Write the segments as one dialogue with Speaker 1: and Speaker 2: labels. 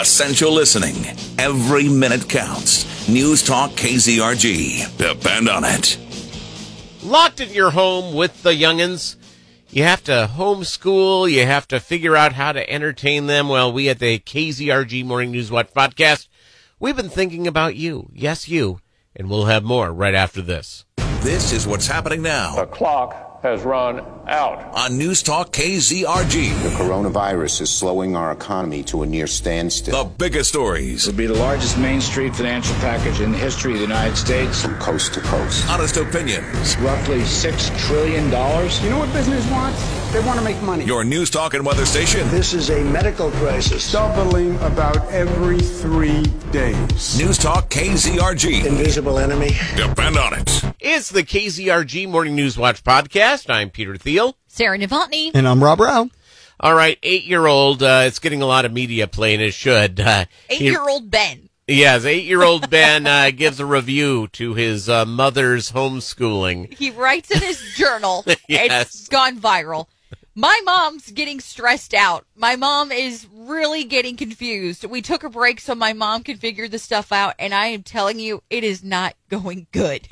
Speaker 1: Essential listening. Every minute counts. News Talk KZRG. Depend on it.
Speaker 2: locked in your home with the youngins. You have to homeschool. You have to figure out how to entertain them. Well, we at the KZRG Morning News Watch podcast, we've been thinking about you. Yes, you. And we'll have more right after this.
Speaker 1: This is what's happening now
Speaker 3: The clock has run out.
Speaker 1: on News Talk KZRG.
Speaker 4: Coronavirus is slowing our economy to a near standstill.
Speaker 1: The biggest stories,
Speaker 5: This will be the largest Main Street financial package in the history of the United States.
Speaker 4: From coast to coast.
Speaker 1: honest opinions.
Speaker 5: Roughly $6 trillion.
Speaker 6: You know what business wants? They want to make money.
Speaker 1: Your News Talk and Weather Station.
Speaker 7: This is a medical crisis.
Speaker 6: Doubling about every three days.
Speaker 1: News Talk KZRG.
Speaker 7: Invisible enemy.
Speaker 1: Depend on it.
Speaker 2: It's the KZRG Morning News Watch podcast. I'm Peter Thiel.
Speaker 8: Sarah Novotny.
Speaker 9: And I'm Rob Rao.
Speaker 2: All right, eight year old. Uh, it's getting a lot of media play, and it should. Uh, he-
Speaker 8: Eight year old Ben.
Speaker 2: Yes, eight year old Ben uh, gives a review to his uh, mother's homeschooling.
Speaker 8: He writes in his journal.
Speaker 2: Yes.
Speaker 8: It's gone viral. My mom's getting stressed out. My mom is really getting confused. We took a break so my mom could figure the stuff out, and I am telling you, it is not going good.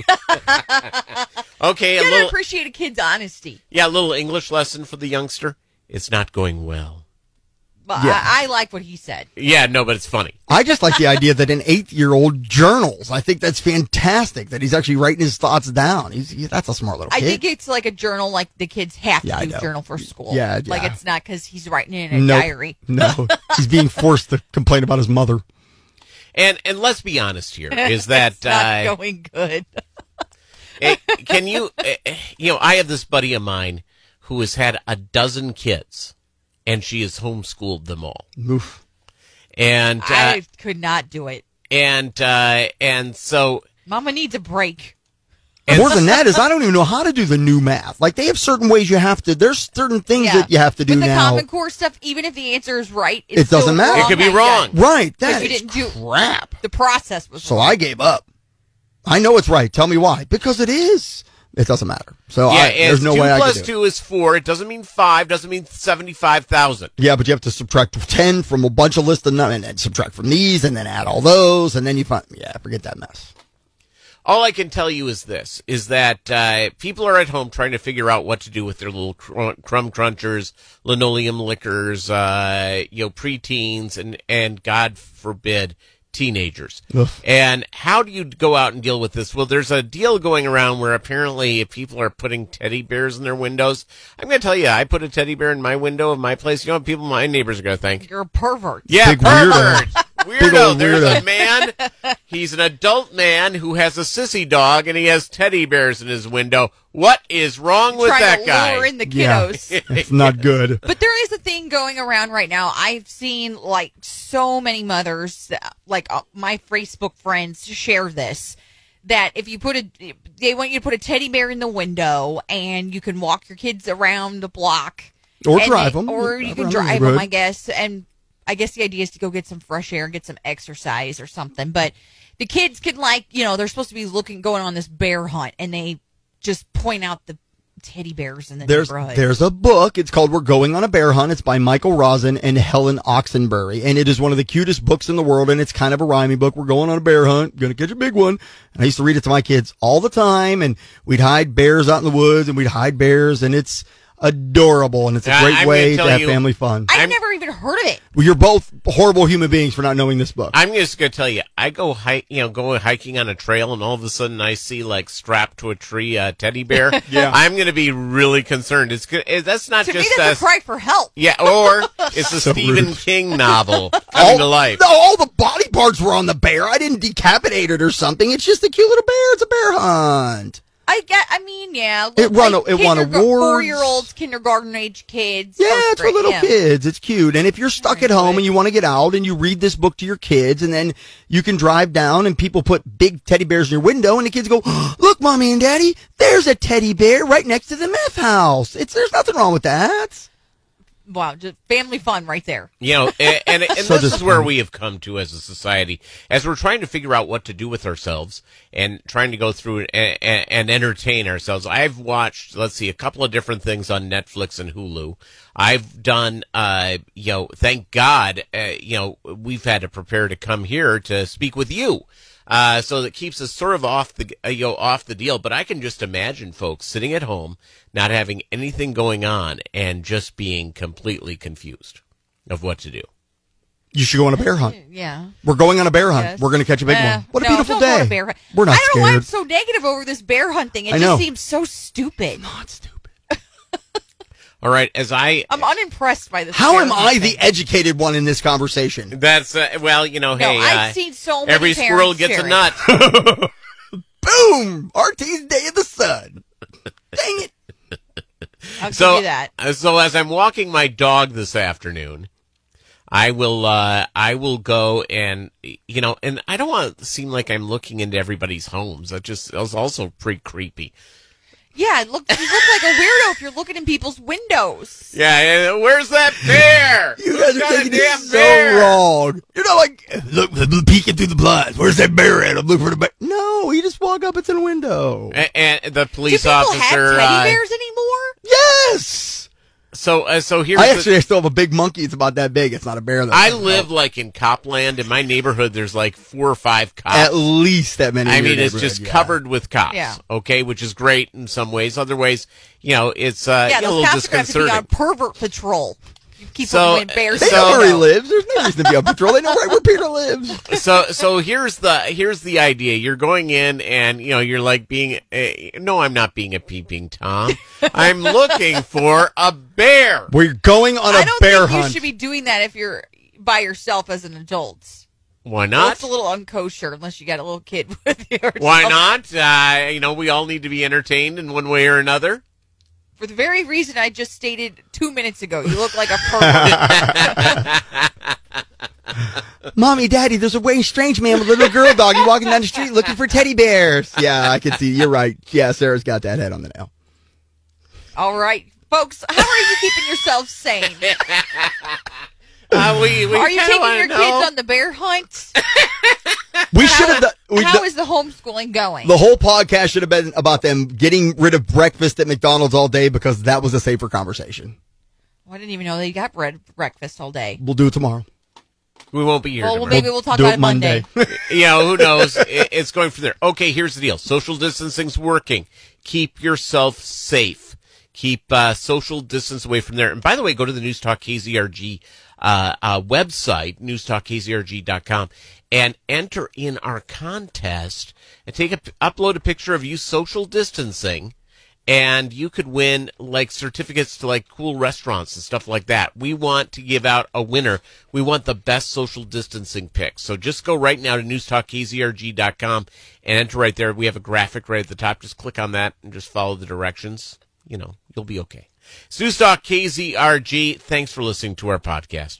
Speaker 2: Okay, a
Speaker 8: Gotta
Speaker 2: little,
Speaker 8: appreciate a kid's honesty.
Speaker 2: Yeah, a little English lesson for the youngster. It's not going well.
Speaker 8: But
Speaker 9: Yeah.
Speaker 8: I, I like what he said.
Speaker 2: Yeah, no, but it's funny.
Speaker 9: I just like the idea that an eight-year-old journals. I think that's fantastic that he's actually writing his thoughts down. He's, he- that's a smart little
Speaker 8: I
Speaker 9: kid.
Speaker 8: think it's like a journal, like the kids have to
Speaker 9: Yeah, I
Speaker 8: do a
Speaker 9: know.
Speaker 8: journal for school.
Speaker 9: Yeah,
Speaker 8: like
Speaker 9: yeah.
Speaker 8: it's not because he's writing it in a
Speaker 9: Nope.
Speaker 8: diary.
Speaker 9: no, he's being forced to complain about his mother.
Speaker 2: And and let's be honest here is that
Speaker 8: Not
Speaker 2: uh,
Speaker 8: going good.
Speaker 2: eh, can you eh, eh, you know I have this buddy of mine who has had a dozen kids, and she has homeschooled them all.
Speaker 9: Oof.
Speaker 2: And uh,
Speaker 8: I could not do it.
Speaker 2: and uh, and so
Speaker 8: Mama needs a break.
Speaker 9: More than that is I don't even know how to do the new math. Like they have certain ways you have to. There's certain things that you have to do
Speaker 8: With the
Speaker 9: now.
Speaker 8: Common Core stuff, even if the answer is right,
Speaker 9: It
Speaker 8: it's still
Speaker 9: doesn't matter.
Speaker 8: wrong
Speaker 9: It
Speaker 2: could be
Speaker 8: that
Speaker 2: wrong.
Speaker 8: day.
Speaker 9: right. That
Speaker 8: But you
Speaker 9: is
Speaker 8: didn't do-
Speaker 9: crap.
Speaker 8: The process was
Speaker 9: So
Speaker 8: wrong.
Speaker 9: I gave up. I know it's right. Tell me why. Because it is. It doesn't matter. So
Speaker 2: yeah,
Speaker 9: Oh, I, there's
Speaker 2: it's
Speaker 9: no
Speaker 2: two
Speaker 9: way I
Speaker 2: plus
Speaker 9: could do it.
Speaker 2: two is four. It doesn't mean five. Doesn't mean seventy five thousand.
Speaker 9: Yeah, but you have to subtract ten from a bunch of lists and, none- and then subtract from these and then add all those and then you find yeah, forget that mess.
Speaker 2: All I can tell you is this: is that uh, people are at home trying to figure out what to do with their little cr- crumb crunchers, linoleum lickers, uh, you know, preteens, and and God forbid, teenagers.
Speaker 9: Ugh.
Speaker 2: And how do you go out and deal with this? Well, there's a deal going around where apparently if people are putting teddy bears in their windows. I'm going to tell you, I put a teddy bear in my window of my place. You know what people, my neighbors are going to think?
Speaker 8: You're a pervert.
Speaker 2: Yeah,
Speaker 9: Big
Speaker 2: pervert.
Speaker 9: weirdo.
Speaker 2: Weirdo.
Speaker 9: Big old
Speaker 2: There's a
Speaker 9: weirdo.
Speaker 2: man. He's an adult man who has a sissy dog and he has teddy bears in his window. What is wrong with
Speaker 8: Trying
Speaker 2: that
Speaker 8: to
Speaker 2: guy?
Speaker 8: lure in the kiddos.
Speaker 9: Yeah, it's not good.
Speaker 8: But there is a thing going around right now. I've seen like so many mothers, uh, like uh, my Facebook friends, share this. That if you put a, they want you to put a teddy bear in the window, and you can walk your kids around the block,
Speaker 9: Or
Speaker 8: And
Speaker 9: drive
Speaker 8: they-
Speaker 9: 'em.
Speaker 8: or
Speaker 9: Drive
Speaker 8: you
Speaker 9: around
Speaker 8: can
Speaker 9: the
Speaker 8: drive them,
Speaker 9: neighborhood.
Speaker 8: I guess. And I guess the idea is to go get some fresh air and get some exercise or something. But the kids can like, you know, they're supposed to be looking going on this bear hunt, and they just point out the teddy bears in the
Speaker 9: There's
Speaker 8: neighborhood.
Speaker 9: there's a book. It's called We're Going on a Bear Hunt. It's by Michael Rosen and Helen Oxenbury, and it is one of the cutest books in the world. And it's kind of a rhyming book. We're going on a bear hunt. Gonna catch a big one. And I used to read it to my kids all the time. And we'd hide bears out in the woods, and we'd hide bears, and it's adorable, and it's a
Speaker 2: Yeah,
Speaker 9: great
Speaker 2: I'm gonna
Speaker 9: way to
Speaker 2: tell
Speaker 9: have
Speaker 2: you-
Speaker 9: family fun.
Speaker 8: I've
Speaker 2: I'm-
Speaker 8: never even heard of it.
Speaker 9: Well, You're both horrible human beings for not knowing this book.
Speaker 2: I'm just gonna tell you, I go hike, you know, go hiking on a trail, and all of a sudden I see like strapped to a tree a teddy bear.
Speaker 9: Yeah.
Speaker 2: I'm gonna be really concerned. It's go- eh, that's not
Speaker 8: To me,
Speaker 2: just
Speaker 8: that's
Speaker 2: us.
Speaker 8: a cry for help.
Speaker 2: yeah, or it's a
Speaker 9: So
Speaker 2: Stephen
Speaker 9: rude. Oh,
Speaker 2: King novel coming to life.
Speaker 9: No, all the body parts were on the bear. I didn't decapitate it or something. It's just a cute little bear. It's a bear hunt.
Speaker 8: I get. I mean, yeah.
Speaker 9: It won a- it won awards.
Speaker 8: Four-year-olds, kindergarten age kids.
Speaker 9: Yeah,
Speaker 8: first
Speaker 9: it's for
Speaker 8: grade,
Speaker 9: little
Speaker 8: yeah.
Speaker 9: kids. It's cute. And if you're stuck at home and you want to get out and you read this book to your kids and then you can drive down and people put big teddy bears in your window and the kids go, look, mommy and daddy, there's a teddy bear right next to the meth house. It's, there's nothing wrong with that.
Speaker 8: Wow, just family fun right there.
Speaker 2: You know, and, and, and
Speaker 9: So
Speaker 2: this is where
Speaker 9: disappointing.
Speaker 2: we have come to as a society, as we're trying to figure out what to do with ourselves and trying to go through it and, and, and entertain ourselves. I've watched, let's see, a couple of different things on Netflix and Hulu I've done, uh, you know, thank God, uh, you know, we've had to prepare to come here to speak with you. Uh, so that keeps us sort of off the, uh, you know, off the deal. But I can just imagine folks sitting at home, not having anything going on and just being completely confused of what to do.
Speaker 9: You should go on a bear hunt.
Speaker 8: Yeah.
Speaker 9: We're going on a bear hunt.
Speaker 8: Yes.
Speaker 9: We're going to catch a big
Speaker 8: Uh,
Speaker 9: one. What a
Speaker 8: no,
Speaker 9: beautiful
Speaker 8: don't go
Speaker 9: day.
Speaker 8: to bear hunt.
Speaker 9: We're not
Speaker 8: I don't know why I'm
Speaker 9: scared.
Speaker 8: so negative over this bear hunt thing. It
Speaker 9: I
Speaker 8: just
Speaker 9: know.
Speaker 8: seems so stupid.
Speaker 9: Not stupid.
Speaker 2: All right. As I,
Speaker 8: I'm unimpressed by this.
Speaker 9: How
Speaker 8: bear
Speaker 9: am
Speaker 8: hunt
Speaker 9: I
Speaker 8: thing.
Speaker 9: the educated one in this conversation?
Speaker 2: that's, uh, well, you know,
Speaker 8: No,
Speaker 2: hey,
Speaker 8: I've
Speaker 2: uh,
Speaker 8: seen so many.
Speaker 2: every squirrel
Speaker 8: parents
Speaker 2: gets
Speaker 8: share
Speaker 2: a
Speaker 8: it.
Speaker 2: nut.
Speaker 9: Boom! RT's Day of the Sun. Dang it.
Speaker 8: I'll
Speaker 2: so,
Speaker 8: give you that.
Speaker 2: uh, So as I'm walking my dog this afternoon, I will uh I will go and you know, and I don't want to seem like I'm looking into everybody's homes. That just that's also pretty creepy.
Speaker 8: Yeah, look, you look like a weirdo if you're looking in people's windows.
Speaker 2: Yeah, uh, where's that bear?
Speaker 9: You guys
Speaker 2: Who's
Speaker 9: are
Speaker 2: got a
Speaker 9: taking
Speaker 2: damn
Speaker 9: it so
Speaker 2: bear?
Speaker 9: wrong. You're not like look peeking through the blinds. Where's that bear at? I'm looking for the bear. No, you just walk up. It's in a window.
Speaker 2: A- And the
Speaker 8: Do
Speaker 2: police
Speaker 8: people
Speaker 2: officer.
Speaker 8: have teddy
Speaker 2: uh,
Speaker 8: bears anymore?
Speaker 9: Yes.
Speaker 2: so, uh, so here's.
Speaker 9: I
Speaker 2: the-
Speaker 9: actually I still have a big monkey. It's about that big. It's not a bear though.
Speaker 2: I live like in Copland. In my neighborhood, there's like four or five cops.
Speaker 9: at least that many.
Speaker 2: I
Speaker 9: in your
Speaker 2: mean, it's
Speaker 9: neighborhood,
Speaker 2: just
Speaker 9: yeah.
Speaker 2: covered with cops.
Speaker 8: Yeah.
Speaker 2: Okay, which is great in some ways. Other ways, you know, it's uh,
Speaker 8: yeah,
Speaker 2: a
Speaker 8: those
Speaker 2: little
Speaker 8: cops are going to have to be
Speaker 2: disconcerting.
Speaker 8: on pervert patrol. You keep
Speaker 2: So-
Speaker 8: them in bears.
Speaker 9: They
Speaker 2: so-
Speaker 9: know where he lives. There's no reason to be on patrol. They know right where Peter lives.
Speaker 2: so, so here's the here's the idea. You're going in, and you know, you're like being. A, no, I'm not being a peeping tom. I'm looking for a bear.
Speaker 9: We're going on a
Speaker 8: I don't
Speaker 9: bear
Speaker 8: think
Speaker 9: hunt.
Speaker 8: you should be doing that if you're by yourself as an adult.
Speaker 2: Why
Speaker 8: That's
Speaker 2: not?
Speaker 8: a little unkosher unless you got a little kid with you. or
Speaker 2: Why
Speaker 8: something.
Speaker 2: not? Uh, you know, we all need to be entertained in one way or another.
Speaker 8: For the very reason I just stated two minutes ago, you look like a pervert.
Speaker 9: Mommy, Daddy, there's a way strange man with a little girl dog. He's walking down the street looking for teddy bears. Yeah, I can see. You're right. Yeah, Sarah's got that head on the nail.
Speaker 8: All right, folks, how are you keeping yourselves sane?
Speaker 2: Uh, we, we
Speaker 8: Are you
Speaker 2: kinda
Speaker 8: taking
Speaker 2: wanna
Speaker 8: your
Speaker 2: know.
Speaker 8: kids on the bear hunt?
Speaker 9: We should have. done- we
Speaker 8: How
Speaker 9: done-
Speaker 8: is the homeschooling going?
Speaker 9: The whole podcast should have been about them getting rid of breakfast at McDonald's all day because that was a safer conversation.
Speaker 8: Well, I didn't even know they got bread breakfast all day.
Speaker 9: We'll do it tomorrow.
Speaker 2: We won't be here.
Speaker 8: Well,
Speaker 2: tomorrow.
Speaker 8: maybe we'll talk
Speaker 9: do
Speaker 8: about
Speaker 9: it
Speaker 8: it Monday.
Speaker 2: you know, who knows? It- It's going from there. Okay, here's the deal. Social distancing's working. Keep yourself safe. Keep uh, social distance away from there. And by the way, go to the News Talk KZRG uh, uh, website, newstalkkzrg.com, and enter in our contest and take a, upload a picture of you social distancing and you could win like certificates to like cool restaurants and stuff like that. We want to give out a winner. We want the best social distancing pick. So just go right now to newstalkkzrg.com and enter right there. We have a graphic right at the top. Just click on that and just follow the directions. You know, you'll be okay. It's Newstalk KZRG. Thanks for listening to our podcast.